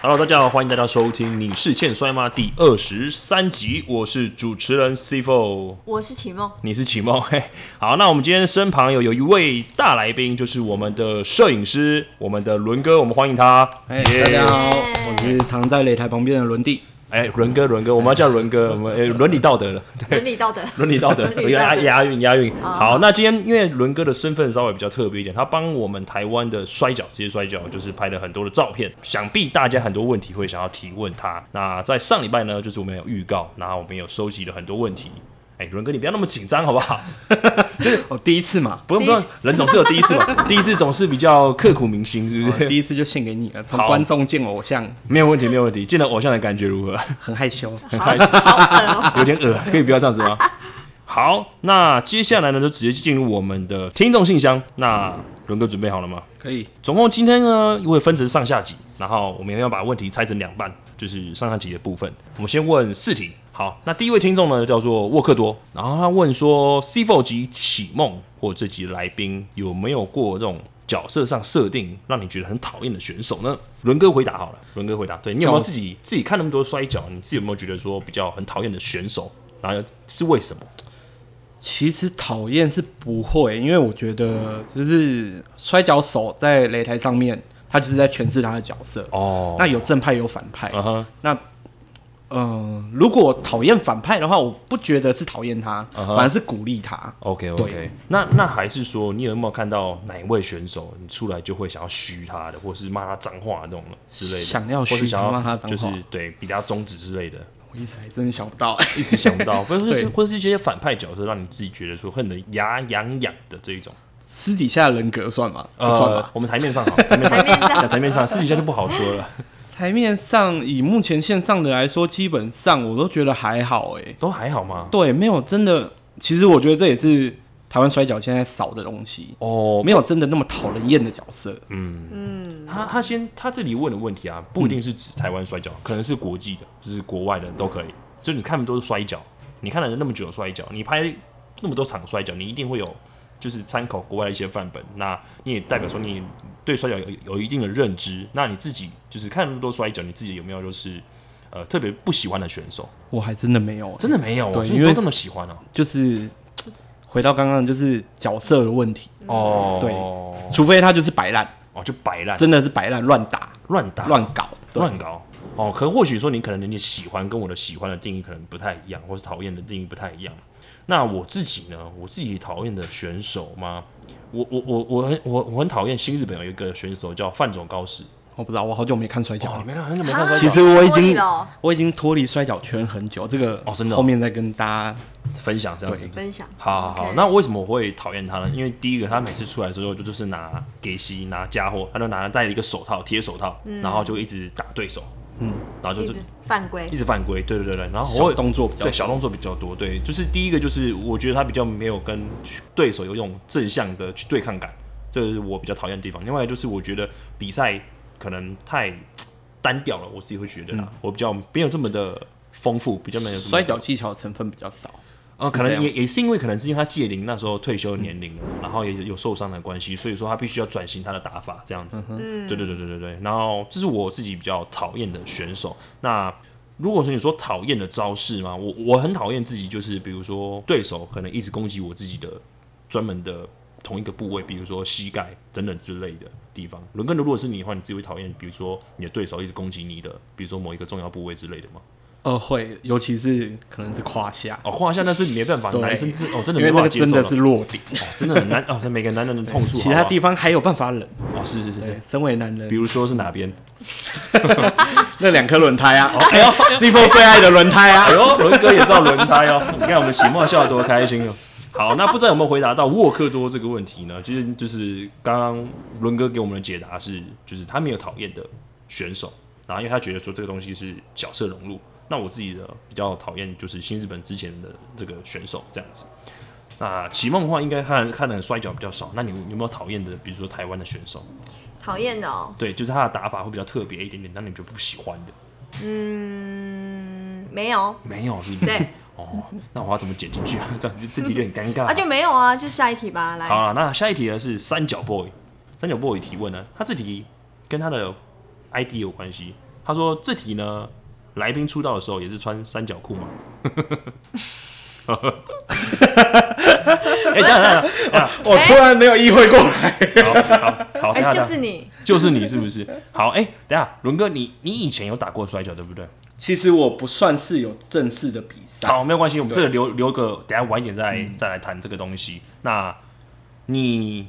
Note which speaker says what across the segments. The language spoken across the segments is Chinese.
Speaker 1: Hello，大家好，欢迎大家收听《你是欠摔吗》第二十三集，我是主持人 C Four，
Speaker 2: 我是启梦，
Speaker 1: 你是启梦。 嘿，好，那我们今天身旁有有一位大来宾，就是我们的摄影师，我们的伦哥，我们欢迎他。
Speaker 3: 哎、
Speaker 1: 耶
Speaker 3: 大家好，
Speaker 2: 耶
Speaker 3: 我是藏在擂台旁边的伦弟。
Speaker 1: 哎，伦哥，伦哥，我们要叫伦哥，我们哎，伦理道德了，对，
Speaker 2: 伦理道德。
Speaker 1: 伦理道德，哦
Speaker 2: 伦理道
Speaker 1: 押
Speaker 2: 德
Speaker 1: 押韵押韵。好，那今天因为伦哥的身份稍微比较特别一点，他帮我们台湾的摔跤职业摔跤就是拍了很多的照片，想必大家很多问题会想要提问他。那在上礼拜呢，就是我们有预告，然后我们有收集了很多问题。哎，伦哥，你不要那么紧张好不好？
Speaker 3: 哦，第一次嘛，
Speaker 1: 不用不
Speaker 2: 第一
Speaker 1: 用
Speaker 2: 次，
Speaker 1: 人总是有第一次嘛，第一次总是比较刻骨铭心，是不
Speaker 3: 哦
Speaker 1: 是？
Speaker 3: 第一次就献给你了。从
Speaker 1: 好
Speaker 3: 观众见偶像，
Speaker 1: 没有问题，没有问题。见了偶像的感觉如何？
Speaker 3: 很害羞。
Speaker 1: 很害羞，有点恶，可以不要这样子吗？好，那接下来呢，就直接进入我们的听众信箱。那伦哥准备好了吗？
Speaker 3: 可以，
Speaker 1: 总共今天呢，会分成上下集，然后我们要把问题拆成两半，就是上下集的部分。我们先问四题。好，那第一位听众呢叫做沃克多，然后他问说 c f o 及启梦或这集来宾有没有过这种角色上设定让你觉得很讨厌的选手呢？伦哥回答好了，伦哥回答，对你有没有
Speaker 3: 叫
Speaker 1: 自己自己看那么多摔跤，你自己有没有觉得说比较很讨厌的选手？然后是为什么？
Speaker 3: 其实讨厌是不会，因为我觉得就是摔跤手在擂台上面，他就是在诠释他的角色。
Speaker 1: 哦，
Speaker 3: 那有正派有反派。
Speaker 1: 嗯哼，
Speaker 3: 那嗯、呃如果讨厌反派的话，我不觉得是讨厌他，
Speaker 1: 嗯哼
Speaker 3: 反而是鼓励他。
Speaker 1: OK OK，
Speaker 3: 对
Speaker 1: 那那还是说，你有没有看到哪一位选手，你出来就会想要嘘他的，或是骂他脏话那种的之类的，
Speaker 3: 想要
Speaker 1: 或是
Speaker 3: 嘘他
Speaker 1: 想要
Speaker 3: 骂他脏话
Speaker 1: 就是对比他中指之类的，
Speaker 3: 我一时还真想不到、
Speaker 1: 一时想不到，或者是
Speaker 3: 对
Speaker 1: 或是一些反派角色，让你自己觉得说恨得牙痒痒的这一种。
Speaker 3: 私底下人格算吗？不算吧。
Speaker 1: 我们台面上好，台面上，
Speaker 2: 台面上
Speaker 1: 对台面上，私底下就不好说了，
Speaker 3: 台面上以目前线上的来说，基本上我都觉得还好诶、
Speaker 1: 都还好吗？
Speaker 3: 对，没有真的，其实我觉得这也是台湾摔跤现在少的东西，
Speaker 1: 哦，
Speaker 3: 没有真的那么讨人厌的角色。
Speaker 1: 他他先他这里问的问题啊，不一定是指台湾摔跤，可能是国际的，就是国外的都可以。就你看的都是摔跤，你看了那么久的摔跤，你拍那么多场摔跤，你一定会有就是参考国外的一些范本。那你也代表说你对摔跤有有一定的认知。那你自己就是看那么多摔跤，你自己有没有就是呃特别不喜欢的选手？
Speaker 3: 我还真的没有、
Speaker 1: 真的没有、啊，所
Speaker 3: 对
Speaker 1: 以
Speaker 3: 因
Speaker 1: 你
Speaker 3: 为
Speaker 1: 都这么喜欢啊？
Speaker 3: 就是回到刚刚，就是角色的问题，
Speaker 1: 哦，
Speaker 3: 对除非他就是摆烂，
Speaker 1: 哦就摆烂，
Speaker 3: 真的是摆烂乱打
Speaker 1: 乱打
Speaker 3: 乱搞。对
Speaker 1: 乱搞哦。可或许说你可能你喜欢跟我的喜欢的定义可能不太一样，或是讨厌的定义不太一样。那我自己呢？我自己讨厌的选手吗？我我我我很我我很讨厌新日本有一个选手叫范总高士。
Speaker 3: 我不知道，我好久没看摔跤
Speaker 1: 哦哇，你没
Speaker 3: 了。
Speaker 1: 看很久没看
Speaker 2: 啊
Speaker 1: 摔
Speaker 3: 其
Speaker 1: 跤
Speaker 3: 实我已
Speaker 2: 脱离
Speaker 3: 经
Speaker 2: 了哦
Speaker 3: 我已经脱离摔跤圈很久，这个
Speaker 1: 哦真的哦
Speaker 3: 后面再跟大家
Speaker 1: 分享这样子。
Speaker 2: 分享。
Speaker 1: 好好好
Speaker 2: OK
Speaker 1: 那为什么我会讨厌他呢？因为第一个，他每次出来之后就就是拿给西拿家伙，他就拿戴了一个手套贴手套，然后就一直打对手，嗯，然后就
Speaker 2: 嗯一
Speaker 1: 就
Speaker 2: 直犯规
Speaker 1: 一，直犯规，对对对对，然后我
Speaker 3: 小
Speaker 1: 会
Speaker 3: 动作比较
Speaker 1: 对小动作比较多，对，就是第一个就是我觉得他比较没有跟对手有一种正向的去对抗感，这是我比较讨厌的地方。另外就是我觉得比赛可能太单调了，我自己会觉得啦，我比较没有这么的丰富，比较没有这么
Speaker 3: 摔跤技巧成分比较少。
Speaker 1: 啊、可
Speaker 3: 是
Speaker 1: 能
Speaker 3: 这样
Speaker 1: 也也是因为可能是因为他届龄那时候退休年龄了，然后也有受伤的关系，所以说他必须要转型他的打法这样子。嗯，对对对对对对。然后这是我自己比较讨厌的选手。那如果说你说讨厌的招式嘛，我我很讨厌自己就是比如说对手可能一直攻击我自己的专门的同一个部位，比如说膝盖等等之类的地方。伦根的，如果是你的话，你自己会讨厌，比如说你的对手一直攻击你的，比如说某一个重要部位之类的吗？
Speaker 3: 呃，会，尤其是可能是胯下，
Speaker 1: 哦，胯下那是没办法，
Speaker 3: 对
Speaker 1: 男生是哦真的
Speaker 3: 因
Speaker 1: 没
Speaker 3: 为
Speaker 1: 办法
Speaker 3: 那个
Speaker 1: 接受
Speaker 3: 真的是落地，
Speaker 1: 哦，真的很难哦，这每个男人的痛处好不好，
Speaker 3: 其他地方还有办法忍。
Speaker 1: 哦，是是是
Speaker 3: 对，
Speaker 1: 是，
Speaker 3: 身为男人
Speaker 1: 比，如说是哪边？
Speaker 3: 那两颗轮胎啊
Speaker 1: 哎呦
Speaker 3: ，C Four 最爱的轮胎
Speaker 1: 哎
Speaker 3: 啊，
Speaker 1: 呦，伦哥也知道轮胎哦， 你看我们喜墨笑得多开心哦。好，那不知道有没有回答到沃克多这个问题呢？其实就是刚刚伦哥给我们的解答是，就是他没有讨厌的选手，然后因为他觉得说这个东西是角色融入。那我自己的比较讨厌就是新日本之前的这个选手这样子。那启梦的话，应该看看的摔跤比较少。那你有没有讨厌的，比如说台湾的选手？
Speaker 2: 讨厌的哦。
Speaker 1: 对，就是他的打法会比较特别一点点，让你就不喜欢的。
Speaker 2: 嗯没有，
Speaker 1: 没有，是不是？
Speaker 2: 对，
Speaker 1: 哦，那我要怎么剪进去啊？ 这样子这题有点尴尬。
Speaker 2: 啊就没有啊，就下一题吧。来，
Speaker 1: 好了，那下一题呢是三角 boy，三角 boy 提问呢，他这题跟他的 ID 有关系。他说这题呢，来宾出道的时候也是穿三角裤嘛。 哎、等一下等一下
Speaker 3: 我突然没有意会过来，
Speaker 1: 等一下，好好好，等一下
Speaker 2: 哎，
Speaker 1: 等一
Speaker 2: 就
Speaker 1: 下
Speaker 2: 是你，
Speaker 1: 就是你是不是？好，哎、等一下，伦哥，你你以前有打过摔跤对不对？
Speaker 3: 其实我不算是有正式的比赛，
Speaker 1: 好，没有关系，我们这个留留个，等一下晚一点再、
Speaker 3: 嗯
Speaker 1: 再来谈这个东西。那你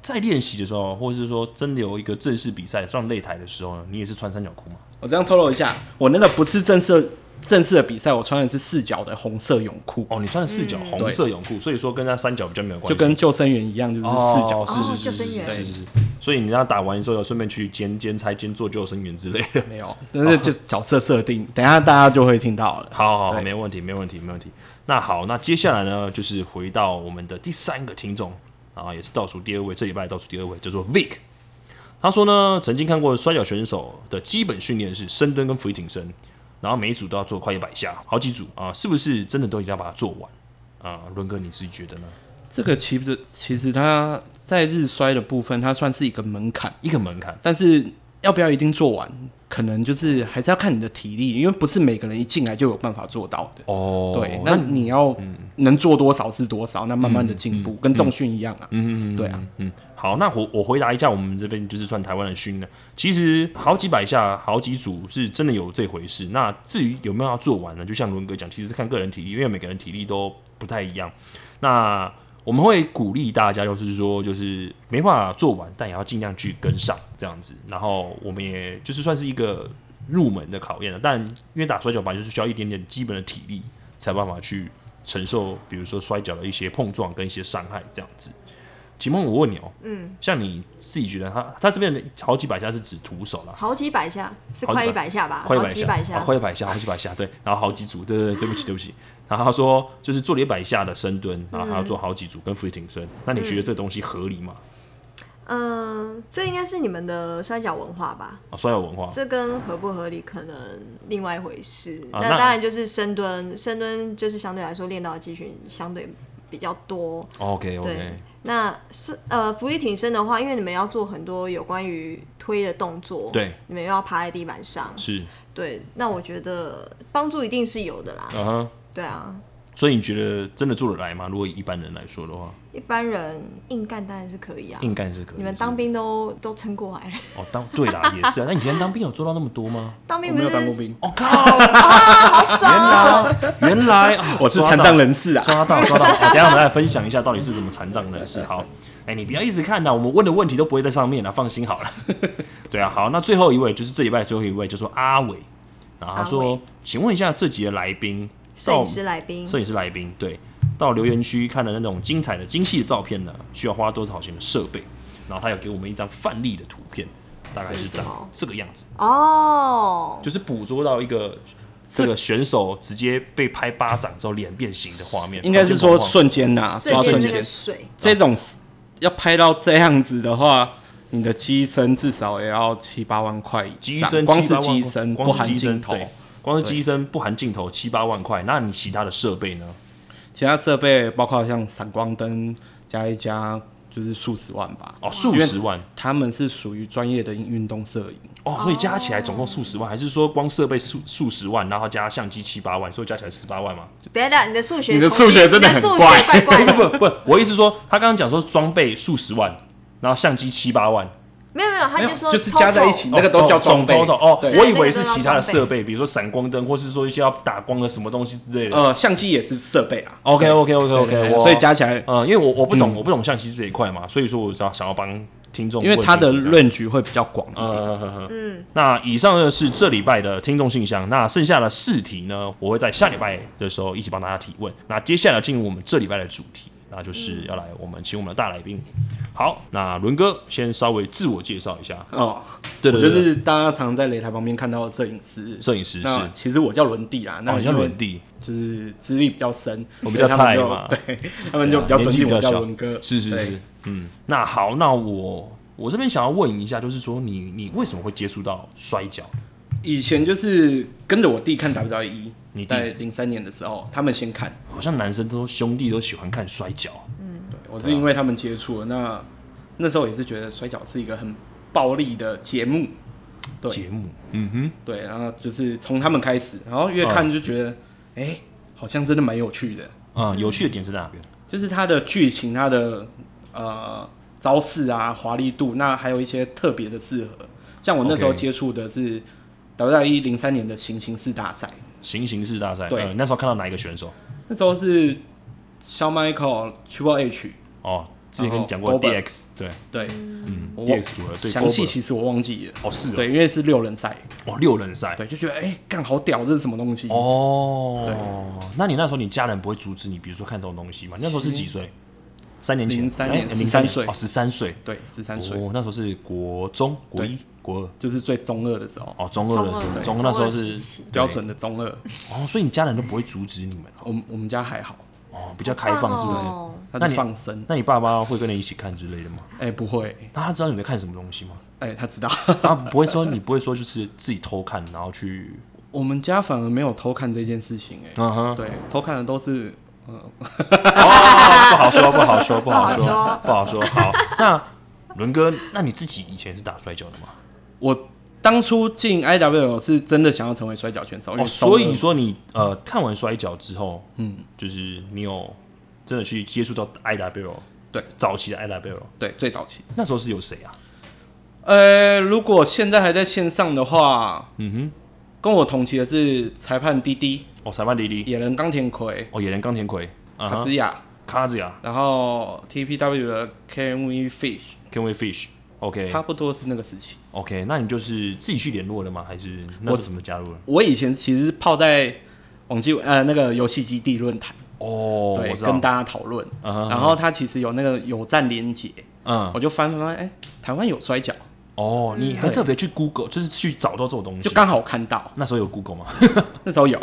Speaker 1: 在练习的时候，或者是说真的有一个正式比赛上擂台的时候呢，你也是穿三角裤吗？
Speaker 3: 我这样透露一下，我那个不是正式正式的比赛，我穿的是四角的红色泳裤，
Speaker 1: 哦，你穿的四角红色泳裤，所以说跟那三角比较没有关
Speaker 3: 嗯就
Speaker 1: 系，
Speaker 3: 跟救生员一样，就是四角。
Speaker 1: 哦，是
Speaker 2: 哦
Speaker 1: 是
Speaker 2: 救
Speaker 1: 是
Speaker 2: 生
Speaker 1: 是
Speaker 2: 员
Speaker 1: 是是是，所以你要打完之后，要顺便去兼兼差、兼做救生员之类的。
Speaker 3: 没有，但是就是角色 设定，等一下大家就会听到了。
Speaker 1: 好好好，
Speaker 3: 对
Speaker 1: 没问题，没问题，没问题。那好，那接下来呢，就是回到我们的第三个听众啊，也是倒数第二位，这礼拜倒数第二位叫做 Vic。他说呢，曾经看过摔跤选手的基本训练是深蹲跟俯挺身，然后每一组都要做快一百下，好几组啊，是不是真的都一定要把它做完啊？伦哥，你自己觉得呢？
Speaker 3: 这个其实其实它在日摔的部分，它算是一个门槛，
Speaker 1: 一个门槛，
Speaker 3: 但是要不要一定做完，可能就是还是要看你的体力，因为不是每个人一进来就有办法做到的。
Speaker 1: 哦，
Speaker 3: 对，
Speaker 1: 那
Speaker 3: 那你要能做多少是多少，那慢慢的进步，跟重训一样啊。嗯嗯，对啊，
Speaker 1: 嗯，好，那我我回答一下，我们这边就是算台湾的熏呢。其实好几百下、好几组是真的有这回事。那至于有没有要做完呢？就像伦哥讲，其实是看个人体力，因为每个人体力都不太一样。那我们会鼓励大家，就是说，就是没办法做完，但也要尽量去跟上这样子。然后我们也就是算是一个入门的考验了。但因为打摔跤吧，就是需要一点点基本的体力，才有办法去承受，比如说摔跤的一些碰撞跟一些伤害这样子。秦梦，我问你哦、嗯，像你自己觉得他他这边的好几百下是指徒手啦，
Speaker 2: 好几百下，是
Speaker 1: 好几
Speaker 2: 快
Speaker 1: 百
Speaker 2: 一百下吧？
Speaker 1: 快一
Speaker 2: 好
Speaker 1: 百
Speaker 2: 几
Speaker 1: 下，
Speaker 2: 百
Speaker 1: 啊
Speaker 2: 下，
Speaker 1: 快一百下，好几百下，对，然后好几组，对对对，对不起，对不起。然后他说，就是做了一百下的深蹲，然后还要做好几组跟俯挺身。那你觉得这个东西合理吗？
Speaker 2: 嗯，这应该是你们的摔跤文化吧？
Speaker 1: 啊，摔跤文化，
Speaker 2: 这跟合不合理可能另外一回事。
Speaker 1: 啊那
Speaker 2: 那当然就是深蹲，深蹲就是相对来说练到的肌群相对比较多。
Speaker 1: OK
Speaker 2: 对
Speaker 1: OK，，
Speaker 2: 那是呃，浮力挺身的话，因为你们要做很多有关于推的动作，
Speaker 1: 对，
Speaker 2: 你们又要趴在地板上，
Speaker 1: 是，
Speaker 2: 对，那我觉得帮助一定是有的啦。
Speaker 1: 嗯哼。
Speaker 2: 对啊，
Speaker 1: 所以你觉得真的做得来吗？如果以一般人来说的话，
Speaker 2: 一般人硬干当然是可以啊。
Speaker 1: 硬干是可以。
Speaker 2: 你们当
Speaker 1: 是
Speaker 2: 兵都都撑 过来了，
Speaker 1: 不是哦，当对啦，也是啊。那以前当兵有做到那么多 吗？
Speaker 2: 当兵
Speaker 3: 我
Speaker 2: 不是
Speaker 3: 没有当过兵，
Speaker 1: 我、靠，
Speaker 2: 啊好爽啊！
Speaker 1: 原来啊
Speaker 3: 我是
Speaker 1: 抓
Speaker 3: 残
Speaker 1: 到
Speaker 3: 障人士啊。
Speaker 1: 抓 到抓到，好等一下我们来分享一下到底是怎么残障人士。好，哎、你不要一直看呐、我们问的问题都不会在上面了、啊放心好了。 对啊，好，那最后一位就是这礼拜最后一位，叫做阿伟，然后他
Speaker 2: 阿
Speaker 1: 说
Speaker 2: 伟，
Speaker 1: 请问一下这集的来宾，
Speaker 2: 摄
Speaker 1: 到
Speaker 2: 影师来宾，
Speaker 1: 摄影师来宾，对，到留言区看的那种精彩的、精细的照片呢，需要花多少钱的设备？然后他有给我们一张范例的图片，大概是
Speaker 2: 这是什
Speaker 1: 长
Speaker 2: 么
Speaker 1: 这个样子，
Speaker 2: 哦，
Speaker 1: 就是捕捉到一个。这个选手直接被拍巴掌之后脸变形的画面，
Speaker 3: 应该是
Speaker 1: 好
Speaker 3: 说
Speaker 1: 就
Speaker 3: 瞬间
Speaker 1: 啊
Speaker 3: 呐，
Speaker 2: 瞬
Speaker 3: 抓
Speaker 2: 间
Speaker 3: 瞬
Speaker 2: 那
Speaker 3: 间
Speaker 2: 个。水，
Speaker 3: 这种要拍到这样子的话，你的机身至少也要七八万块以
Speaker 1: 机
Speaker 3: 上，
Speaker 1: 身
Speaker 3: 光
Speaker 1: 七八
Speaker 3: 是
Speaker 1: 万块
Speaker 3: 机身不
Speaker 1: 光是
Speaker 3: 含
Speaker 1: 机身
Speaker 3: 镜头，
Speaker 1: 对光是机身不含镜头七八万块，那你其他的设备呢？
Speaker 3: 其他设备包括像闪光灯加一加就是数十万吧。
Speaker 1: 哦，数十万
Speaker 3: 他们是属于专业的运动摄影，
Speaker 1: 哦，所以加起来总共数十万，还是说光设备数数十万，然后加相机七八万，所以加起来十八万嘛？
Speaker 2: 别的，你的数学，
Speaker 3: 你的数学真的很
Speaker 2: 你数学
Speaker 3: 怪
Speaker 2: 怪怪
Speaker 1: 不
Speaker 2: 的。
Speaker 1: 不不，我意思说，他刚刚讲说装备数十万，然后相机七八万，
Speaker 2: 没有没有，他就说
Speaker 3: 就是加在一
Speaker 2: total
Speaker 3: 起，那个都叫装备。
Speaker 1: 哦总 total，哦。
Speaker 3: 对
Speaker 1: 我以为是其他的设备，比如说闪光灯，或是说一些要打光的什么东西之类的。
Speaker 3: 呃，相机也是设备啊。
Speaker 1: OK OK OK
Speaker 3: 对对
Speaker 1: OK，
Speaker 3: 对所以加嗯起来，
Speaker 1: 呃，因为我我不懂，我不懂相机这一块嘛，所以说我想想要帮听众
Speaker 3: 因
Speaker 1: 问
Speaker 3: 为
Speaker 1: 清楚这
Speaker 3: 它
Speaker 1: 样，
Speaker 3: 的论据会比较广一点。
Speaker 1: 嗯，那以上呢是这礼拜的听众信箱，那剩下的四题呢，我会在下礼拜的时候一起帮大家提问。那接下来进入我们这礼拜的主题，那就是要来我们请我们的大来宾。好，那伦哥先稍微自我介绍一下，
Speaker 3: 哦，
Speaker 1: 对
Speaker 3: 我
Speaker 1: 对
Speaker 3: 就
Speaker 1: 对对
Speaker 3: 是大家常在擂台旁边看到的摄影师。
Speaker 1: 摄影师是，
Speaker 3: 那
Speaker 1: 哦，
Speaker 3: 其实我叫伦弟啦，那
Speaker 1: 你叫
Speaker 3: 因为
Speaker 1: 伦弟，
Speaker 3: 就是资历比较深，
Speaker 1: 我比较菜嘛啊
Speaker 3: 所以他们就 对，他们就比较尊
Speaker 1: 年纪
Speaker 3: 敬
Speaker 1: 比
Speaker 3: 我
Speaker 1: 较
Speaker 3: 叫
Speaker 1: 小
Speaker 3: 伦哥，
Speaker 1: 是是
Speaker 3: 对
Speaker 1: 是，，嗯，那好，那我我这边想要问一下，就是说你你为什么会接触到摔跤？
Speaker 3: 以前就是跟着我弟看 WWE，
Speaker 1: 你弟
Speaker 3: 在零三年的时候，他们先看，
Speaker 1: 好像男生都兄弟都喜欢看摔跤，啊
Speaker 3: 对我是因为他们接触了，那那时候也是觉得摔跤是一个很暴力的节目，对
Speaker 1: 节目，嗯哼，
Speaker 3: 对，然后就是从他们开始，然后越
Speaker 1: 嗯
Speaker 3: 看就觉得，哎、好像真的蛮有趣的，
Speaker 1: 啊、有趣的点是在哪边？
Speaker 3: 就是它的剧情、它的呃招式啊、华丽度，那还有一些特别的适合。像我那时候
Speaker 1: OK
Speaker 3: 接触的是 WWE 零三年的行刑式大赛，
Speaker 1: 行刑式大赛，
Speaker 3: 对
Speaker 1: 呃那时候看到哪一个选手？
Speaker 3: 那时候是小 Michael Triple H，
Speaker 1: 哦，之前跟你讲过
Speaker 3: 哦
Speaker 1: D
Speaker 3: Goldberg
Speaker 1: X，对，
Speaker 3: 对，
Speaker 1: 嗯
Speaker 3: 我
Speaker 1: ，D
Speaker 3: 忘
Speaker 1: X 组合对
Speaker 3: 详细
Speaker 1: Goldberg
Speaker 3: 其实我忘记了，
Speaker 1: 哦是哦，
Speaker 3: 对，因为是六人赛，
Speaker 1: 哇六人赛，
Speaker 3: 对，就觉得哎干、好屌，这是什么东西？
Speaker 1: 哦，那你那时候你家人不会阻止你，比如说看这种东西吗？你那时候是几岁？三年前，
Speaker 3: 03年
Speaker 1: 哎
Speaker 3: 13岁
Speaker 1: 哦，十三岁，
Speaker 3: 对，十三岁
Speaker 1: 哦，那时候是国中、国一、国二，
Speaker 3: 就是最中二的时候，
Speaker 1: 哦，中二的时候，中
Speaker 2: 中二对
Speaker 1: 那时候
Speaker 2: 中二时
Speaker 1: 是
Speaker 2: 期
Speaker 3: 标准的中二，
Speaker 1: 哦，所以你家人都不会阻止你们哦
Speaker 3: 我们我们家还好，
Speaker 1: 哦，比较开放是不
Speaker 2: 好棒
Speaker 1: 是？
Speaker 2: 哦
Speaker 3: 他
Speaker 1: 那
Speaker 3: 就
Speaker 1: 你
Speaker 3: 放生，
Speaker 1: 那你爸妈会跟你一起看之类的吗？
Speaker 3: 哎、不会，
Speaker 1: 那他知道你在看什么东西吗？
Speaker 3: 哎、他知道。
Speaker 1: 他不会说你不会说就是自己偷看，然后去
Speaker 3: 我们家反而没有偷看这件事情、哎、
Speaker 1: 嗯哼，
Speaker 3: 对，偷看的都是
Speaker 1: 哦，不好 说，不好说，不好
Speaker 2: 不好
Speaker 1: 说，不好说。好， 那伦哥，那你自己以前是打摔跤的吗？
Speaker 3: 我当初进 IW 是真的想要成为摔跤选手，因为
Speaker 1: 哦，所以
Speaker 3: 中二
Speaker 1: 说你呃看完摔跤之后，嗯，就是你有真的去接触到 IWL，
Speaker 3: 对，
Speaker 1: 早期的 IWL，
Speaker 3: 对最早期，
Speaker 1: 那时候是有谁啊？
Speaker 3: 呃，如果现在还在线上的话，
Speaker 1: 嗯
Speaker 3: 跟我同期的是裁判滴滴、
Speaker 1: 哼，哦，裁判迪迪，
Speaker 3: 野人冈田葵、
Speaker 1: 哦，野人冈田葵，啊
Speaker 3: 卡
Speaker 1: 哈
Speaker 3: 兹亚，
Speaker 1: 卡子呀
Speaker 3: 然后 TPW 的 KMV Fish，
Speaker 1: k e n w a Fish，OK
Speaker 3: 差不多是那个时期。
Speaker 1: OK，那你就是自己去联络的吗？还是那是怎么加入的？
Speaker 3: 我以前其实是泡在网际呃那个游戏基地论坛，
Speaker 1: 哦，
Speaker 3: 对
Speaker 1: 我，知道
Speaker 3: 跟，大家讨论，
Speaker 1: 嗯哼
Speaker 3: 然后它其实有那个有站连接，
Speaker 1: 嗯，
Speaker 3: 我就翻翻翻，哎、台湾有摔跤，
Speaker 1: 哦，你还特别去 Google，就是去找到这种东
Speaker 3: 就
Speaker 1: 西。
Speaker 3: 刚好看到，
Speaker 1: 那时候有 Google 吗？
Speaker 3: 那时候有，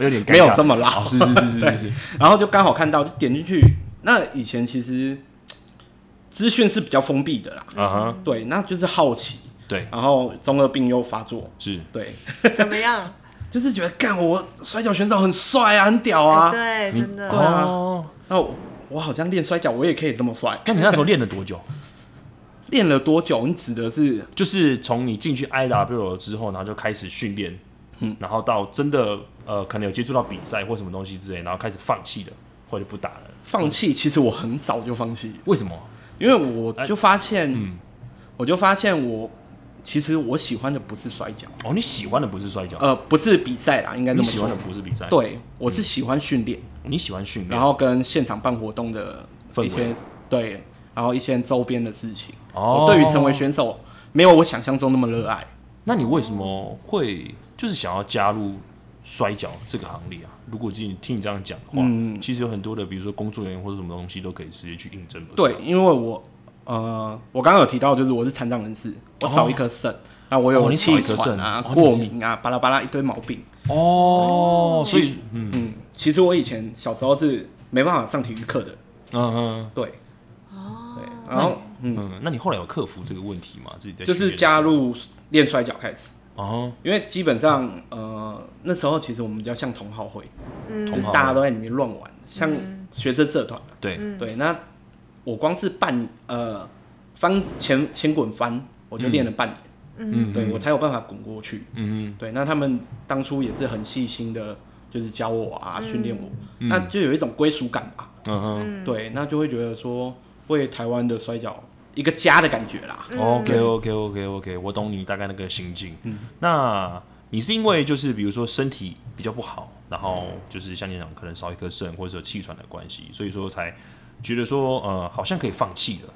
Speaker 1: 有 点尴尬
Speaker 3: 没有这么老
Speaker 1: 哦是是是是是是，
Speaker 3: 然后就刚好看到，就点进去。那以前其实资讯是比较封闭的啦，
Speaker 1: 啊哈，
Speaker 3: 对，那就是好奇，
Speaker 1: 对，
Speaker 3: 然后中二病又发作，
Speaker 1: 是
Speaker 3: 对，
Speaker 2: 怎么样？
Speaker 3: 就是觉得干我摔跤选手很帅啊，很屌啊，
Speaker 2: 哎对，真的。
Speaker 3: 对啊
Speaker 1: 哦
Speaker 3: 那我我好像练摔跤，我也可以这么帅。
Speaker 1: 那你那时候练了多久？
Speaker 3: 练了多久？你指的是
Speaker 1: 就是从你进去 IW 之后，然后就开始训练，
Speaker 3: 嗯
Speaker 1: 然后到真的呃，可能有接触到比赛或什么东西之类，然后开始放弃了，或者不打了。
Speaker 3: 放弃？其实我很早就放弃了，
Speaker 1: 为什么？
Speaker 3: 因为我就发现，
Speaker 1: 嗯
Speaker 3: 我就发现我其实我喜欢的不是摔跤，
Speaker 1: 哦，你喜欢的不是摔跤，
Speaker 3: 呃，不是比赛啦，应该这
Speaker 1: 你
Speaker 3: 么
Speaker 1: 喜
Speaker 3: 说
Speaker 1: 欢的。不是比赛，，
Speaker 3: 对，我是喜欢训练。
Speaker 1: 你喜欢训练，
Speaker 3: 然后跟现场办活动的
Speaker 1: 氛围
Speaker 3: 一些对，然后一些周边的事情。
Speaker 1: 哦
Speaker 3: 我对于成为选手，没有我想象中那么热爱。
Speaker 1: 那你为什么会就是想要加入摔跤这个行列啊？如果听你听你这样讲的话，
Speaker 3: 嗯
Speaker 1: 其实有很多的，比如说工作人员或者什么东西都可以直接去应征，不是
Speaker 3: 对，因为我呃，我刚刚有提到，就是我是残障人士，我少一颗肾，那、我
Speaker 1: 哦
Speaker 3: 有
Speaker 1: 你少一
Speaker 3: 气
Speaker 1: 颗
Speaker 3: 喘啊、
Speaker 1: 肾哦
Speaker 3: 过敏啊、巴拉巴拉一堆毛病。
Speaker 1: 哦，所以嗯
Speaker 3: 嗯其实我以前小时候是没办法上体育课的。
Speaker 1: 嗯嗯
Speaker 3: 对，哦，对，然后嗯，
Speaker 1: 嗯，那你后来有克服这个问题吗？自己在
Speaker 3: 就是加入练摔跤开始，
Speaker 1: 哦，
Speaker 3: 因为基本上呃，那时候其实我们比较像同好会。就
Speaker 1: 同
Speaker 3: 是
Speaker 1: 好
Speaker 3: 大家都在里面乱玩，像学生社团啊、
Speaker 1: 对
Speaker 3: 对，那我光是半呃翻前前滚翻，我就练了半年，
Speaker 1: 嗯
Speaker 3: 对我才有办法滚过去。
Speaker 1: 嗯
Speaker 3: 对，那他们当初也是很细心的，就是教我啊，训练我，那就有一种归属感吧。
Speaker 1: 嗯哼
Speaker 3: 对，那就会觉得说为台湾的摔跤一个家的感觉啦。
Speaker 1: ，OK OK OK OK，我懂你大概那个心境。
Speaker 3: 嗯
Speaker 1: 那你是因为就是比如说身体比较不好，然后就是像你讲可能少一颗肾或者有气喘的关系，所以说才觉得说呃好像可以放弃了，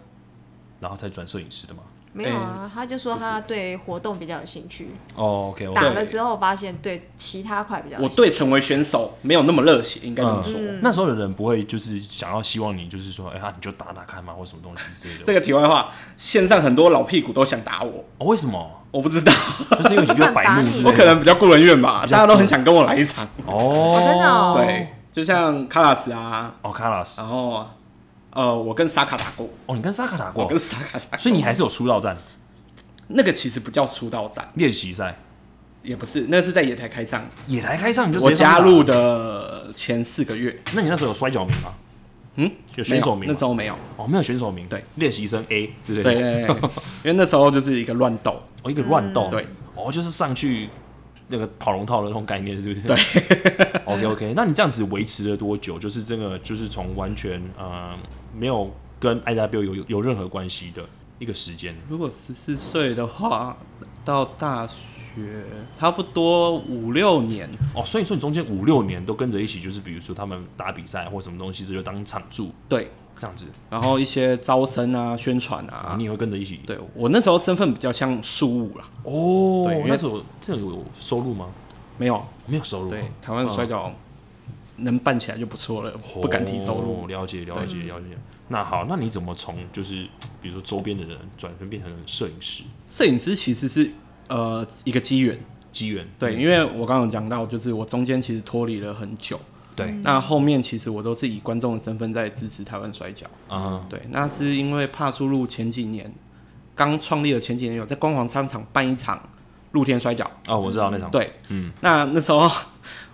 Speaker 1: 然后才转摄影师的嘛。
Speaker 2: 没有
Speaker 3: 哎
Speaker 2: 啊，他就说他对活动比较有兴趣，
Speaker 1: 哦，OK
Speaker 2: 打
Speaker 1: OK，
Speaker 2: 了之后发现对其他块比较有
Speaker 3: 我
Speaker 2: 兴趣。
Speaker 3: 对成为选手没有那么热血，应该这么说。
Speaker 1: 那时候的人不会就是想要希望你就是说，哎呀，你就打打看嘛，或什么东西之类的。
Speaker 3: 这个题外话，线上很多老屁股都想打我，
Speaker 1: 哦，为什么？
Speaker 3: 我不 知道。
Speaker 1: 就是因为你觉得白目之
Speaker 3: 我
Speaker 1: 类
Speaker 3: 可
Speaker 1: 的。
Speaker 3: 能比较顾人怨吧，大家都很想跟我来一场。
Speaker 1: 哦
Speaker 2: 哦，真的哦
Speaker 3: 对，就像卡拉斯啊，
Speaker 1: 哦，卡拉斯，
Speaker 3: 然后呃，我跟萨卡打过，
Speaker 1: 哦，你跟萨卡打过
Speaker 3: 我，跟萨卡打过，
Speaker 1: 所以你还是有出道战
Speaker 3: 那个其实不叫出道战，
Speaker 1: 练习赛，
Speaker 3: 也不是，那是在野台开上，
Speaker 1: 野台开上你就直
Speaker 3: 我
Speaker 1: 接上去
Speaker 3: 加
Speaker 1: 打
Speaker 3: 入。的前四个月，
Speaker 1: 那你那时候有摔跤名吗？
Speaker 3: 嗯，
Speaker 1: 有选手
Speaker 3: 没
Speaker 1: 名吗
Speaker 3: 有那时候没有，
Speaker 1: 哦，没有选手名，
Speaker 3: 对，
Speaker 1: 练习生 A 之类
Speaker 3: 对
Speaker 1: 的。
Speaker 3: 对对，对因为那时候就是一个乱斗，
Speaker 1: 哦，一个乱动，
Speaker 3: 对，
Speaker 1: 哦，就是上去那个跑龙套的那种概念，是不是？对，OK OK，那你 这样子维持了多久？就是这个，就是从完全呃没有跟 IW 有有有任何关系的一个时间，
Speaker 3: 如果十四岁的话，到大学差不多五六年，
Speaker 1: 哦，所以说你中间五六年都跟着一起，就是比如说他们打比赛或什么东西，这就当场助
Speaker 3: 对，
Speaker 1: 这样子，
Speaker 3: 然后一些招生啊、宣传啊
Speaker 1: 你，也会跟着一起。
Speaker 3: 对我那时候身份比较像庶务啦，
Speaker 1: 哦
Speaker 3: 对因，为
Speaker 1: 那时候这种有收入吗？
Speaker 3: 没有，
Speaker 1: 没有收入，
Speaker 3: 对，台湾的摔跤能办起来就不错了，不敢提收入。
Speaker 1: 哦了解，了解，了解。那好，那你怎么从就是比如说周边的人转身变成摄影师？
Speaker 3: 摄影师其实是呃一个机缘，
Speaker 1: 机缘
Speaker 3: 对，因为我刚刚有讲到，就是我中间其实脱离了很久，
Speaker 1: 对，
Speaker 3: 那后面其实我都是以观众的身份在支持台湾摔跤。
Speaker 1: 啊，
Speaker 3: 对，那是因为帕苏路前几年刚创立了前几年有在光华商场办一场露天摔跤，
Speaker 1: 哦，我知道那场，
Speaker 3: 对，
Speaker 1: 嗯，
Speaker 3: 那那时候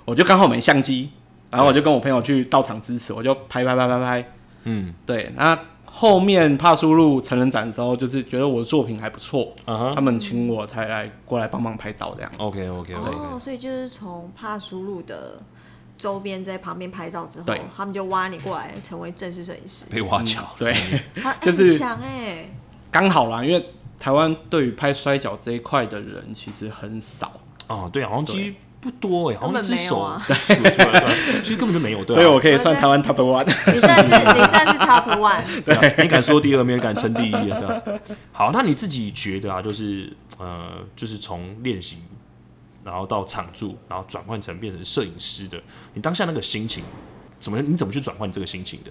Speaker 3: 我就刚好没相机，然后我就跟我朋友去到场支持，我就拍拍拍拍拍，
Speaker 1: 嗯，
Speaker 3: 对，那后面帕苏路成人展的时候，就是觉得我的作品还不错，
Speaker 1: 啊哈
Speaker 3: 他们请我才来过来帮忙拍照这样，
Speaker 1: ，OK，OK，
Speaker 2: 哦，所以就是从帕苏路的周边在旁边拍照之后
Speaker 3: 对，
Speaker 2: 他们就挖你过来成为正式摄影 师，
Speaker 1: 被挖角，
Speaker 3: 对，
Speaker 2: 他
Speaker 3: 就
Speaker 2: 很
Speaker 3: 是
Speaker 2: 强哎，
Speaker 3: 刚好啦，因为台湾对于拍摔跤这一块的人其实很少，
Speaker 1: 哦，对，好像其实不多哎，好像一只
Speaker 2: 根本没有
Speaker 1: 手
Speaker 2: 啊
Speaker 1: 数出来，对其实根本就没有，对啊，
Speaker 3: 所以我可以算
Speaker 2: 对
Speaker 3: 台湾 Top One。
Speaker 2: 你算是你算是 top one，
Speaker 1: 对啊，你敢说第二，没有敢称第一啊，对吧？好，那你自己觉得啊，就是呃，就是从练习，然后到场驻，然后转换成变成摄影师的，你当下那个心情，怎么你怎么去转换这个心情的？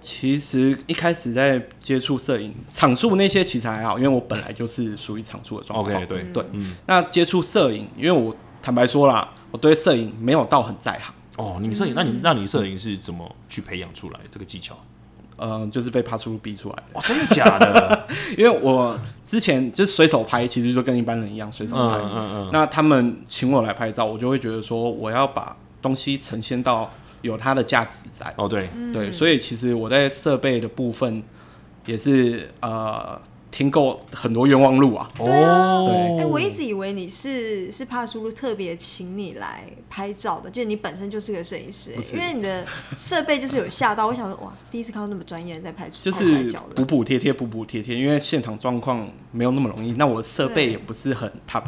Speaker 3: 其实一开始在接触摄影场助那些其实还好，因为我本来就是属于场助的状况。
Speaker 1: 哦 OK，对
Speaker 3: 对，
Speaker 1: 嗯，
Speaker 3: 那接触摄影，因为我坦白说啦，我对摄影没有到很在行，
Speaker 1: 哦，你摄影，那你那你摄影是怎么去培养出来这个技巧？
Speaker 3: 嗯、就是被帕苏路逼出来的。
Speaker 1: 哦，真的假 的？
Speaker 3: 因为我之前就是随手拍，其实就跟一般人一样随手
Speaker 1: 嗯
Speaker 3: 拍。
Speaker 1: 嗯嗯，
Speaker 3: 那他们请我来拍照，我就会觉得说我要把东西呈现到有它的价值在。
Speaker 1: 哦对，
Speaker 2: 嗯
Speaker 3: 对，所以其实我在设备的部分也是呃，听够很多冤枉路啊。
Speaker 1: 哦，
Speaker 2: 哎，我一直以为你是是帕苏路特别请你来拍照的，就是你本身就是个摄影师
Speaker 3: 不
Speaker 2: 欸，
Speaker 3: 是
Speaker 2: 因为你的设备就是有吓到，我想说哇，第一次看到那么专业的在拍
Speaker 3: 就
Speaker 2: 拍
Speaker 3: 是
Speaker 2: 照
Speaker 3: 补
Speaker 2: 的，
Speaker 3: 补贴贴补补贴贴，因为现场状况没有那么容易，那我的设备也不是很 top，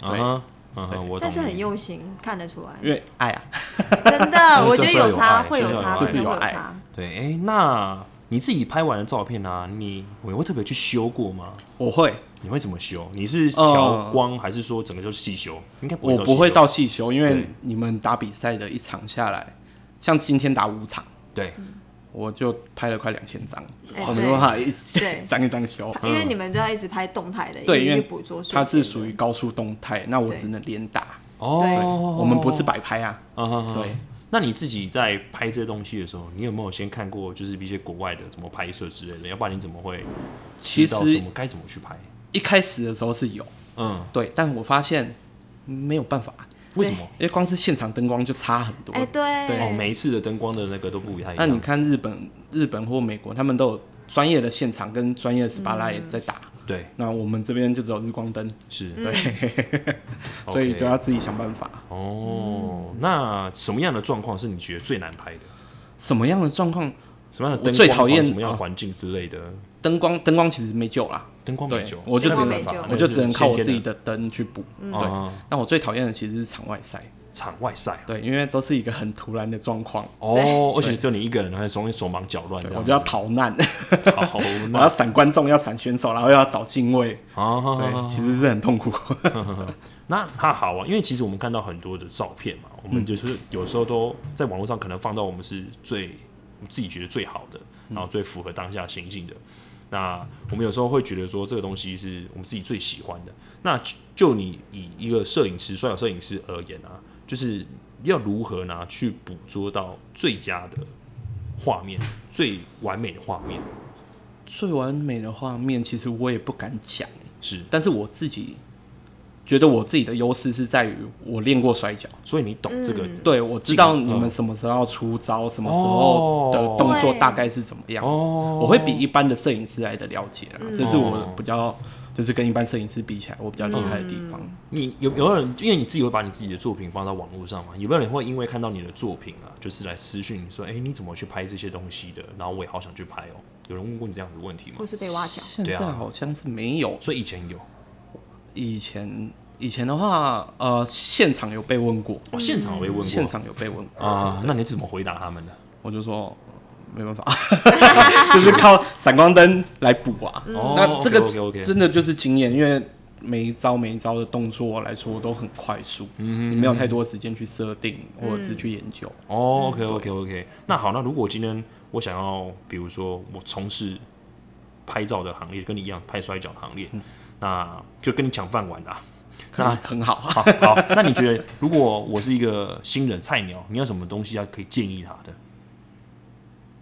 Speaker 1: 啊哈，嗯哼，我懂
Speaker 2: 但是很用心，看得出来，
Speaker 3: 因为爱啊，
Speaker 2: 真 的，我觉得
Speaker 1: 就是有
Speaker 2: 有差，
Speaker 1: 爱
Speaker 2: 会
Speaker 1: 就是有
Speaker 2: 差，
Speaker 1: 爱
Speaker 2: 真的
Speaker 3: 就是有
Speaker 2: 会有
Speaker 3: 爱
Speaker 2: 差。
Speaker 1: 对，哎、那你自己拍完的照片啊，你我会特别去修过吗？
Speaker 3: 我会，
Speaker 1: 你会怎么修？你是调光、还是说整个就是细修？应该不会，
Speaker 3: 呃我不会
Speaker 1: 到细
Speaker 3: 到细修，因为
Speaker 1: 对
Speaker 3: 你们打比赛的一场下来，像今天打五场，
Speaker 1: 修对，
Speaker 3: 我就拍了快两千张，
Speaker 2: 哎
Speaker 3: 很
Speaker 2: 对
Speaker 3: 多哈，一
Speaker 2: 对
Speaker 3: 张一张修，
Speaker 2: 因为你们都要一直拍动态的，
Speaker 3: 嗯对，
Speaker 2: 一
Speaker 3: 因
Speaker 2: 直去
Speaker 3: 为
Speaker 2: 捕捉瞬间
Speaker 3: 它
Speaker 2: 的，
Speaker 3: 是属于高速动态，那我
Speaker 2: 对
Speaker 3: 只能连打，对，
Speaker 1: 哦，
Speaker 3: 我们不是摆拍啊，
Speaker 1: 啊哈哈
Speaker 3: 对。
Speaker 1: 那你自己在拍这些东西的时候，你有没有先看过就是一些国外的怎么拍摄之类的？要不然你怎么会
Speaker 3: 其
Speaker 1: 知
Speaker 3: 实
Speaker 1: 道怎么该怎么去拍？
Speaker 3: 一开始的时候是有，
Speaker 1: 嗯，
Speaker 3: 对，但我发现没有办法，
Speaker 1: 为什么？
Speaker 3: 因为光是现场灯光就差很多，
Speaker 2: 哎，
Speaker 1: 哦，
Speaker 2: 对，
Speaker 1: 每一次的灯光的那个都不太一
Speaker 3: 那你
Speaker 1: 样。
Speaker 3: 看日本、日本或美国，他们都有专业的现场跟专业的 SPA 拉也在打。
Speaker 1: 对，
Speaker 3: 那我们这边就只有日光灯，
Speaker 1: 是
Speaker 3: 对， 所
Speaker 1: OK
Speaker 3: 以就要自己想办法。
Speaker 1: 哦。那什么样的状况是你觉得最难拍的？
Speaker 3: 什么样的状况，
Speaker 1: 什么样的
Speaker 3: 我
Speaker 1: 灯
Speaker 3: 最
Speaker 1: 光
Speaker 3: 讨
Speaker 1: 环
Speaker 3: 厌
Speaker 1: 什么样的
Speaker 3: 啊
Speaker 1: 环境之类的？
Speaker 3: 灯光灯光其实没救啦，
Speaker 1: 灯光
Speaker 3: 对
Speaker 1: 美酒，，
Speaker 3: 我就
Speaker 2: 灯
Speaker 3: 只
Speaker 2: 光
Speaker 3: 能
Speaker 2: 没
Speaker 1: 啊
Speaker 2: 救
Speaker 3: 我就只能靠我自己的灯去补。
Speaker 1: 对
Speaker 3: 对，那我最讨厌的其实是场外赛，
Speaker 1: 场外赛啊。
Speaker 3: 对，因为都是一个很突然的状况，
Speaker 1: 哦，而且只有你一个人，然后手手忙脚乱这
Speaker 3: 对
Speaker 1: 样
Speaker 3: 我
Speaker 1: 子，
Speaker 3: 就要逃难，
Speaker 1: 好
Speaker 3: 我要
Speaker 1: 那
Speaker 3: 闪观众，要闪选手，然后又要找敬位，对，
Speaker 1: 啊，
Speaker 3: 其实是很痛苦。
Speaker 1: 那那好啊，因为其实我们看到很多的照片嘛，我们就是有时候都在网络上可能放到我们是最自己觉得最好的，然后最符合当下心境的。那我们有时候会觉得说这个东西是我们自己最喜欢的。那就就你以一个摄影师、摔跤摄影师而言啊，就是要如何呢去捕捉到最佳的画面、最完美的画面？
Speaker 3: 最完美的画面，其实我也不敢讲，
Speaker 1: 是
Speaker 3: 但是我自己觉得我自己的优势是在于我练过摔跤，
Speaker 1: 所以你懂这个，
Speaker 3: 对我知道你们什么时候要出招，什么时候的动作大概是怎么样子，
Speaker 1: 哦
Speaker 3: 我会比一般的摄影师来的了解啦，这是我比较。就是跟一般摄影师比起来，我比较厉害的地方。
Speaker 1: 你有有没有人，因为你自己会把你自己的作品放到网络上嘛？有没有人会因为看到你的作品啊，就是来私讯你说，哎、你怎么去拍这些东西的？然后我也好想去拍哦。有人问过你这样的问题吗
Speaker 2: 或？是被挖角，
Speaker 3: 现
Speaker 1: 对
Speaker 3: 在
Speaker 1: 啊
Speaker 3: 好像是没有，
Speaker 1: 所以以前有，哦
Speaker 3: 以前以前的话，呃，现场有被问过，
Speaker 1: 哦，现场我也问过，
Speaker 3: 现场有被问过
Speaker 1: 啊、那你怎么回答他们的？
Speaker 3: 我就说呃没办法， 就是靠闪光灯来补啊。
Speaker 1: 哦
Speaker 3: 那这个
Speaker 1: OK，OK，OK
Speaker 3: 真的就是经验，因为每一招每一招的动作来说都很快速，你没有太多时间去设定或者是去研究。
Speaker 1: 哦，OK OK OK，那好，那如果今天我想要，比如说我从事拍照的行业，跟你一样拍摔跤的行
Speaker 3: 嗯
Speaker 1: 业，那就跟你抢饭碗啊啦。
Speaker 3: 那很好啊，
Speaker 1: 好，好，那你觉得如果我是一个新人菜鸟，你有什么东西要可以建议他的？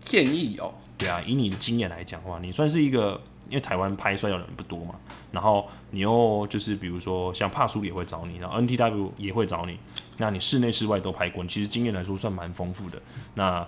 Speaker 3: 建议哦，
Speaker 1: 对啊，以你的经验来讲的话，你算是一个，因为台湾拍摔跤的人不多嘛，然后你又就是比如说像帕苏里也会找你，然后 NTW 也会找你，那你室内室外都拍过，你其实经验来说算蛮丰富的。那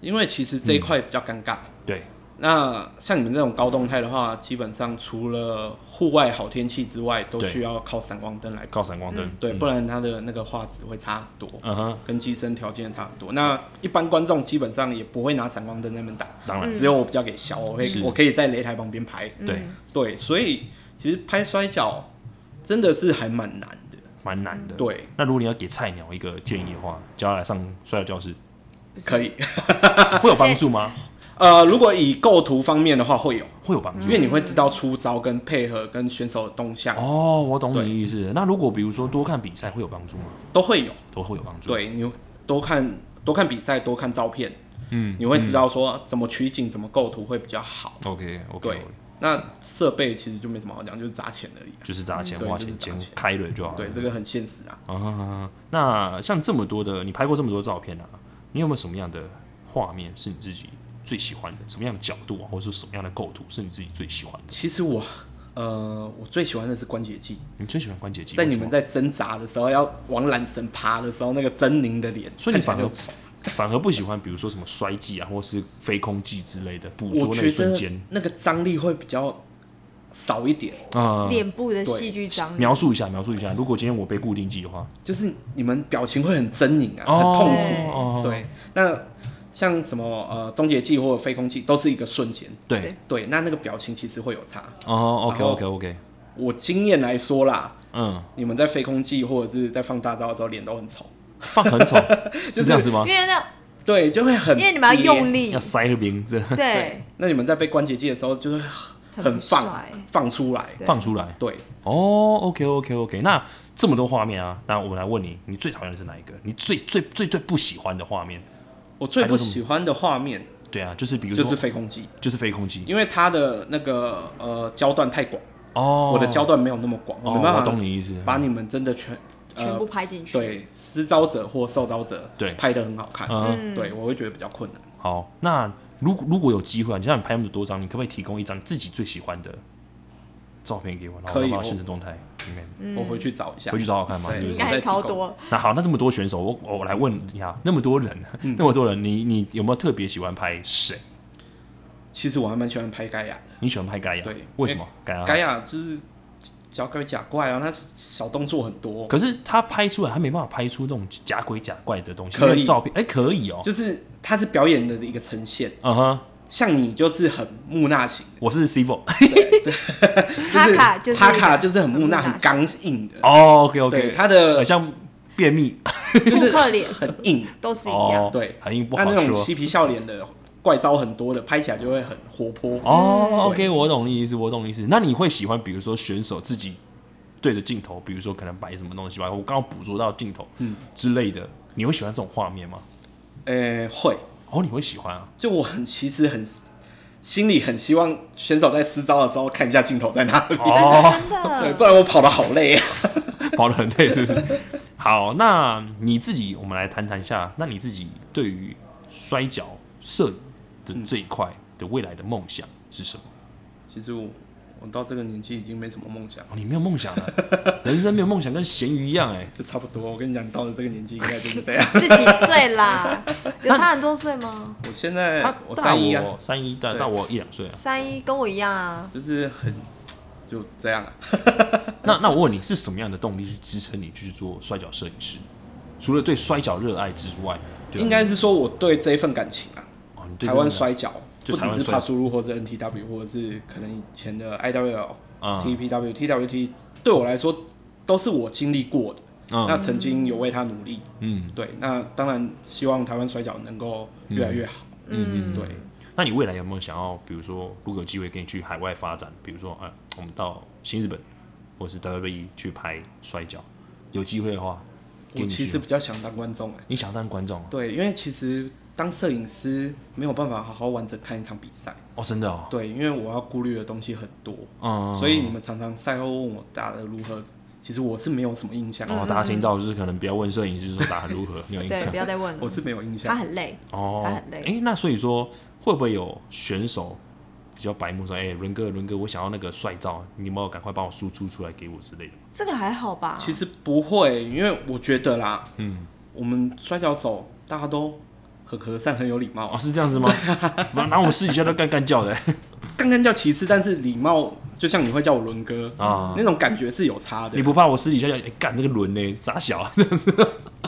Speaker 3: 因为其实这一块比较尴尬。
Speaker 1: 对，
Speaker 3: 那像你们这种高动态的话，基本上除了户外好天气之外，都
Speaker 1: 对
Speaker 3: 需要靠闪光灯来
Speaker 1: 靠闪光灯，
Speaker 3: 对，
Speaker 1: 嗯
Speaker 3: 不然它的那个画质会差很多。
Speaker 1: 嗯哼，
Speaker 3: 跟机身条件差很多。那一般观众基本上也不会拿闪光灯在那边打，
Speaker 1: 当然
Speaker 3: 只有我比较给削，我会
Speaker 1: 嗯是
Speaker 3: 我可以在擂台旁边拍。
Speaker 1: 对，
Speaker 3: 对，所以其实拍摔跤真的是还蛮难的。
Speaker 1: 蛮难的。，
Speaker 3: 对，
Speaker 1: 那如果你要给菜鸟一个建议的话，叫他来上摔跤教室，
Speaker 2: 不是
Speaker 3: 可以。
Speaker 1: 会有帮助吗？
Speaker 3: 呃，如果以构图方面的话，会有，
Speaker 1: 会有帮助
Speaker 3: 因。为你会知道出招跟配合跟选手的动向、
Speaker 1: 哦，我懂你意思。那如果比如说多看比赛会有帮助吗？
Speaker 3: 都会有。
Speaker 1: 都会有帮助。，
Speaker 3: 对，你多看多看比赛，多看照片，
Speaker 1: 嗯
Speaker 3: 你会知道说怎么取景、怎么构图会比较好。
Speaker 1: ，OK OK，
Speaker 3: 对，那设备其实就没什么好讲，就是砸钱而已。
Speaker 1: 就是砸钱
Speaker 3: 嗯对
Speaker 1: 花
Speaker 3: 就
Speaker 1: 钱
Speaker 3: 是砸
Speaker 1: 钱
Speaker 3: 钱
Speaker 1: 开了就好了。
Speaker 3: 对，这个很现实啊。
Speaker 1: 啊，那像这么多的，你拍过这么多照片啊，你有没有什么样的画面是你自己最喜欢的？什么样的角度啊，或者说什么样的构图是你自己最喜欢的？
Speaker 3: 其实我，呃，我最喜欢的是关节技，
Speaker 1: 你最喜欢关节肌？
Speaker 3: 在
Speaker 1: 为
Speaker 3: 你
Speaker 1: 什
Speaker 3: 们
Speaker 1: 么，
Speaker 3: 在挣扎的时候，要往缆绳爬的时候，那个狰狞的脸，
Speaker 1: 所以你反
Speaker 3: 看起来
Speaker 1: 而
Speaker 3: 就
Speaker 1: 反而不喜欢，比如说什么摔技啊，或是飞空技之类的，捕捉
Speaker 3: 我
Speaker 1: 那一
Speaker 3: 觉
Speaker 1: 瞬间
Speaker 3: 得。那个张力会比较少一点。
Speaker 1: 啊、
Speaker 2: 脸部的
Speaker 3: 嗯对
Speaker 2: 戏剧张力，
Speaker 1: 描述一下，描述一下，如果今天我被固定技的话，
Speaker 3: 就是你们表情会很狰狞啊，
Speaker 1: 哦
Speaker 3: 很痛苦。
Speaker 1: 哦
Speaker 3: 对，那像什么呃终结技或者飞空技，都是一个瞬间。
Speaker 1: 对
Speaker 2: 对，
Speaker 3: 对，那那个表情其实会有差。
Speaker 1: 哦，OK
Speaker 3: 然后
Speaker 1: OK OK，
Speaker 3: 我经验来说啦，
Speaker 1: 嗯，
Speaker 3: 你们在飞空技或者是在放大招的时候，脸都很丑。
Speaker 1: 放很 丑，是这样子吗
Speaker 2: 因？为那
Speaker 3: 对，就会很
Speaker 2: 因为你们要
Speaker 3: 憋
Speaker 2: 用力
Speaker 1: 要，塞名字
Speaker 2: 对，
Speaker 3: 那你们在被关节技的时候，就是很
Speaker 2: 很不
Speaker 3: 放
Speaker 2: 帅
Speaker 3: 放出来。
Speaker 2: 对
Speaker 1: 放出来，
Speaker 3: 对，
Speaker 1: 哦，OK OK OK，那这么多画面啊，那我们来问你，你最讨厌的是哪一个？你最最最最不喜欢的画面？
Speaker 3: 我最不喜欢的画面
Speaker 1: 对啊，就是比如说
Speaker 3: 就是飞空机，
Speaker 1: 就是飞空机
Speaker 3: 因为它的那个呃焦段太广，
Speaker 1: 哦，
Speaker 3: 我的焦段没有那么广，我
Speaker 1: 哦，
Speaker 3: 没办
Speaker 1: 我
Speaker 3: 法
Speaker 1: 懂你意思，
Speaker 3: 把你们真的全
Speaker 2: 全
Speaker 3: 呃
Speaker 2: 部拍进去，
Speaker 3: 对施招者或受招者
Speaker 1: 对
Speaker 3: 拍的很好看，
Speaker 1: 嗯
Speaker 3: 对我会觉得比较困难。
Speaker 1: 好，那如果如果有机会啊，你让你拍那么多张，你可不可以提供一张自己最喜欢的照片给我，然后
Speaker 3: 可以
Speaker 1: 放到
Speaker 3: 我
Speaker 1: 现实动态里面？
Speaker 2: 嗯
Speaker 3: 我回去找一下
Speaker 1: 回，去找找看嘛，
Speaker 3: 对
Speaker 1: 是不
Speaker 2: 应
Speaker 1: 是？
Speaker 2: 该还超多，
Speaker 1: 那好，那这么多选手，我我来问你啊，那么多人，
Speaker 3: 嗯
Speaker 1: 那么多人，你你有没有特别喜欢拍谁？
Speaker 3: 其实我还蛮喜欢拍盖亚的，
Speaker 1: 你喜欢拍盖亚？
Speaker 3: 对
Speaker 1: 为什么盖亚？
Speaker 3: 盖。亚就是小鬼假怪啊，他小动作很多，
Speaker 1: 可是他拍出来，他没办法拍出那种假鬼假怪的东西。
Speaker 3: 可以
Speaker 1: 因为照片，哎、可以哦、
Speaker 3: 就是他是表演的一个呈现，
Speaker 1: 嗯哼，
Speaker 3: 像你就是很木讷型。
Speaker 1: 我是 c i v o
Speaker 2: 哈卡
Speaker 3: 就
Speaker 2: 就是是
Speaker 3: 哈卡就是很木讷、
Speaker 2: 很木讷
Speaker 3: 很刚硬的。
Speaker 1: 哦，OK
Speaker 3: 对，
Speaker 1: OK，
Speaker 3: 他的
Speaker 1: 很像便秘
Speaker 2: 扑克脸
Speaker 3: 很硬，
Speaker 2: 都是一
Speaker 1: 哦
Speaker 2: 样，，
Speaker 3: 对，
Speaker 1: 很硬不
Speaker 3: 那
Speaker 1: 好
Speaker 3: 那种
Speaker 1: 说。
Speaker 3: 嬉皮笑脸的怪招很多的，拍起来就会很活泼。
Speaker 1: 哦，OK，
Speaker 3: 对
Speaker 1: 我懂你意思，我懂你意思。那你会喜欢，比如说选手自己对着镜头，比如说可能摆什么东西吧，我刚好捕捉到镜头，嗯之类的，你会喜欢这种画面吗？
Speaker 3: 呃，会，
Speaker 1: 哦，你会喜欢啊？
Speaker 3: 就我很其实很心里很希望选手在施招的时候看一下镜头在哪里，
Speaker 1: 哦，
Speaker 2: 真
Speaker 3: 对，
Speaker 2: 的，
Speaker 3: 不然我跑的好累啊。
Speaker 1: 跑得很累，是不是？好，那你自己，我们来谈谈一下，那你自己对于摔跤摄影的这一块的未来的梦想是什么？
Speaker 3: 其实我我到这个年纪已经没什么梦想了，
Speaker 1: 哦，你没有梦 想了，人生没有梦想跟咸鱼一样哎、
Speaker 3: 就差不多。我跟你讲，到了这个年纪应该就是这样。
Speaker 2: 是几岁啦？有差很多岁吗？
Speaker 3: 我现在
Speaker 1: 他
Speaker 3: 我
Speaker 1: 大
Speaker 3: 三一啊，
Speaker 1: 我三一大
Speaker 3: 对
Speaker 1: 大我一两岁啊。
Speaker 2: 三一跟我一样啊，
Speaker 3: 就是很就这样啊。
Speaker 1: 那那我问你，是什么样的动力去支撑你去做摔跤摄影师？除了对摔跤热爱之外，对吧啊
Speaker 3: 应该是说我对这一份感情啊，
Speaker 1: 哦，你对这
Speaker 3: 台
Speaker 1: 个
Speaker 3: 湾
Speaker 1: 人
Speaker 3: 摔跤
Speaker 1: 就
Speaker 3: 不只
Speaker 1: 台湾
Speaker 3: 是
Speaker 1: 摔
Speaker 3: 帕苏路或者 NTW 或者是可能以前的 IWL、
Speaker 1: 嗯
Speaker 3: TPW、TWT，对我来说都是我经历过的。那
Speaker 1: 嗯
Speaker 3: 曾经有为他努力，
Speaker 1: 嗯
Speaker 3: 对，那当然希望台湾摔跤能够越来越好，
Speaker 1: 嗯嗯，
Speaker 3: 对。
Speaker 1: 那你未来有没有想要，比如说，如果有机会给你去海外发展，比如说，哎、我们到新日本或是 WWE 去拍摔跤，有机会的话，给
Speaker 3: 我
Speaker 1: 你
Speaker 3: 其
Speaker 1: 去
Speaker 3: 实
Speaker 1: 吗。
Speaker 3: 比较想当观众哎、
Speaker 1: 你想当观众啊
Speaker 3: 对，因为其实当摄影师没有办法好好完整看一场比赛，
Speaker 1: 哦，真的哦，
Speaker 3: 对，因为我要顾虑的东西很多，
Speaker 1: 嗯，
Speaker 3: 所以你们常常赛后问我打的如何，其实我是没有什么印象，
Speaker 1: 哦，大家听到就是可能不要问摄影师说打得如
Speaker 3: 嗯
Speaker 1: 何，没有印
Speaker 2: 对，
Speaker 1: 象
Speaker 2: 不要再问
Speaker 3: 我
Speaker 2: 了，
Speaker 3: 是没有印
Speaker 2: 他
Speaker 3: 象。
Speaker 2: 很累。
Speaker 1: 哦。
Speaker 2: 他很累
Speaker 1: 诶那所以说会不会有选手比较白目说，哎、伦哥，伦哥，我想要那个帅照，你有没有赶快帮我输出出来给我之类的？
Speaker 2: 这个还好吧？
Speaker 3: 其实不会，因为我觉得啦，嗯，我们摔跤手大家都很和善，很有礼貌啊
Speaker 1: 哦，，是这样子 吗？拿拿我私底下都干干叫的
Speaker 3: 刚刚叫其次，但是礼貌就像你会叫我伦哥
Speaker 1: 啊
Speaker 3: 那种感觉是有差的。
Speaker 1: 你不怕我私底下哎干、那个轮呢？傻小啊，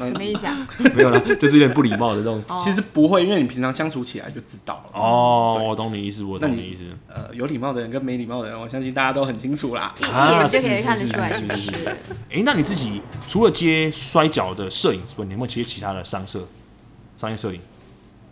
Speaker 2: 什么意思啊？
Speaker 1: 没有啦，就是有点不礼貌的这种。
Speaker 2: 哦
Speaker 3: 其实不会，因为你平常相处起来就知道了。
Speaker 1: 哦，我懂你意思，我懂
Speaker 3: 那
Speaker 1: 你
Speaker 3: 你
Speaker 1: 意思。
Speaker 3: 呃，有礼貌的人跟没礼貌的人，我相信大家都很清楚啦。
Speaker 2: 一一眼就可以
Speaker 1: 啊是
Speaker 2: 看得
Speaker 1: 是
Speaker 2: 出来。
Speaker 1: 是是是是。哎、那你自己除了接摔跤的摄影之外，你有没有接其他的商社？商业摄影？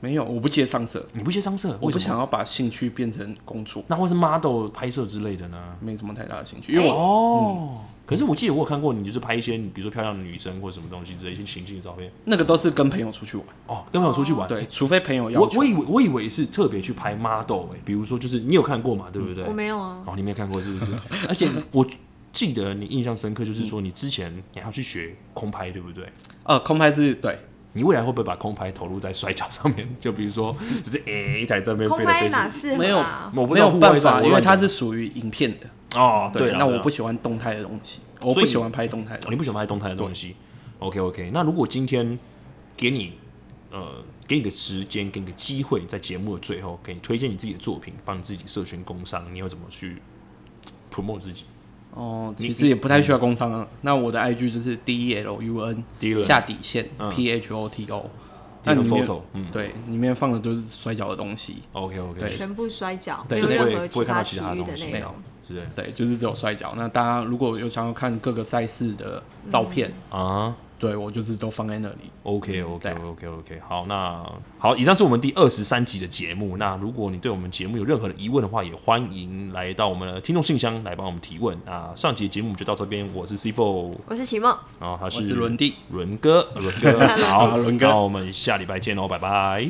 Speaker 3: 没有，我不接上色，
Speaker 1: 你不接商社，
Speaker 3: 我
Speaker 1: 为
Speaker 3: 不
Speaker 1: 什
Speaker 3: 想
Speaker 1: 么？
Speaker 3: 要把兴趣变成工作，
Speaker 1: 那或是 model 拍摄之类的呢？
Speaker 3: 没什么太大的兴趣，因为我
Speaker 1: 哦，可是我记得我有看过你，就是拍一些比如说漂亮的女生或什么东西之类一些情境的照片。
Speaker 3: 那个都是跟朋友出去玩，
Speaker 1: 哦，跟朋友出去玩。
Speaker 3: 对，除非朋友要
Speaker 1: 我
Speaker 3: 求。
Speaker 1: 我以为我以为是特别去拍 model 哎、比如说就是你有看过嘛，对不对？
Speaker 2: 我没有啊，
Speaker 1: 哦，你没有看过是不是？ 而且我记得你印象深刻，就是说你之前你还要去学空拍，对不对？
Speaker 3: 呃，空拍是对，
Speaker 1: 你未来会不会把空拍投入在摔跤上面？就比如说，就是诶、一台在那边飞
Speaker 2: 空
Speaker 1: 来
Speaker 2: 拍
Speaker 1: 飞
Speaker 2: 哪
Speaker 1: 去。
Speaker 2: 适
Speaker 3: 没有
Speaker 2: 合啊？
Speaker 1: 我不知
Speaker 3: 没
Speaker 1: 道
Speaker 3: 有
Speaker 1: 户外
Speaker 3: 办
Speaker 1: 照
Speaker 3: 法，
Speaker 1: 我
Speaker 3: 因为
Speaker 1: 乱
Speaker 3: 它
Speaker 1: 讲
Speaker 3: 是属于影片的，
Speaker 1: 哦，对啦，
Speaker 3: 那
Speaker 1: 对
Speaker 3: 我
Speaker 1: 啦
Speaker 3: 不喜欢动态的东西，我
Speaker 1: 所以
Speaker 3: 不
Speaker 1: 你
Speaker 3: 喜欢拍动态的
Speaker 1: 哦，你不喜欢拍动态的东西。OK OK，那如果今天给你呃给你个时间，给你个机会，在节目的最后给你推荐你自己的作品，帮你自己社群工商，你要怎么去 promote 自己？
Speaker 3: 哦，
Speaker 1: 你
Speaker 3: 其实也不太需要工商啊。那我的 IG 就是 D E L U N
Speaker 1: Dylan
Speaker 3: 下底线
Speaker 1: 嗯
Speaker 3: P H O T O，那里
Speaker 1: Dylan
Speaker 3: 面
Speaker 1: Photo，嗯
Speaker 3: 对里面放的都是摔跤的东西，
Speaker 1: OK OK，
Speaker 3: 对
Speaker 2: 全部摔跤，没
Speaker 3: 对
Speaker 2: 有
Speaker 1: 不
Speaker 2: 任
Speaker 1: 会
Speaker 2: 何
Speaker 1: 不会看到其
Speaker 2: 体
Speaker 1: 他
Speaker 2: 育
Speaker 1: 东
Speaker 2: 的
Speaker 1: 西
Speaker 2: 内容。
Speaker 1: 是的
Speaker 3: 对，就是只有摔跤。那大家如果有想要看各个赛事的照片，
Speaker 1: 啊。
Speaker 3: 对我就是都放在那里。
Speaker 1: OK OK
Speaker 3: 对啊
Speaker 1: OK OK，好，那好，以上是我们第二十三集的节目。那如果你对我们节目有任何的疑问的话，也欢迎来到我们的听众信箱来帮我们提问。那上集的节目就到这边，我是 C Four，
Speaker 2: 我是奇梦，
Speaker 1: 然后他
Speaker 3: 我是伦弟，
Speaker 1: 伦哥，伦哥，好，
Speaker 3: 伦哥
Speaker 1: 那我们下礼拜见喽，拜拜。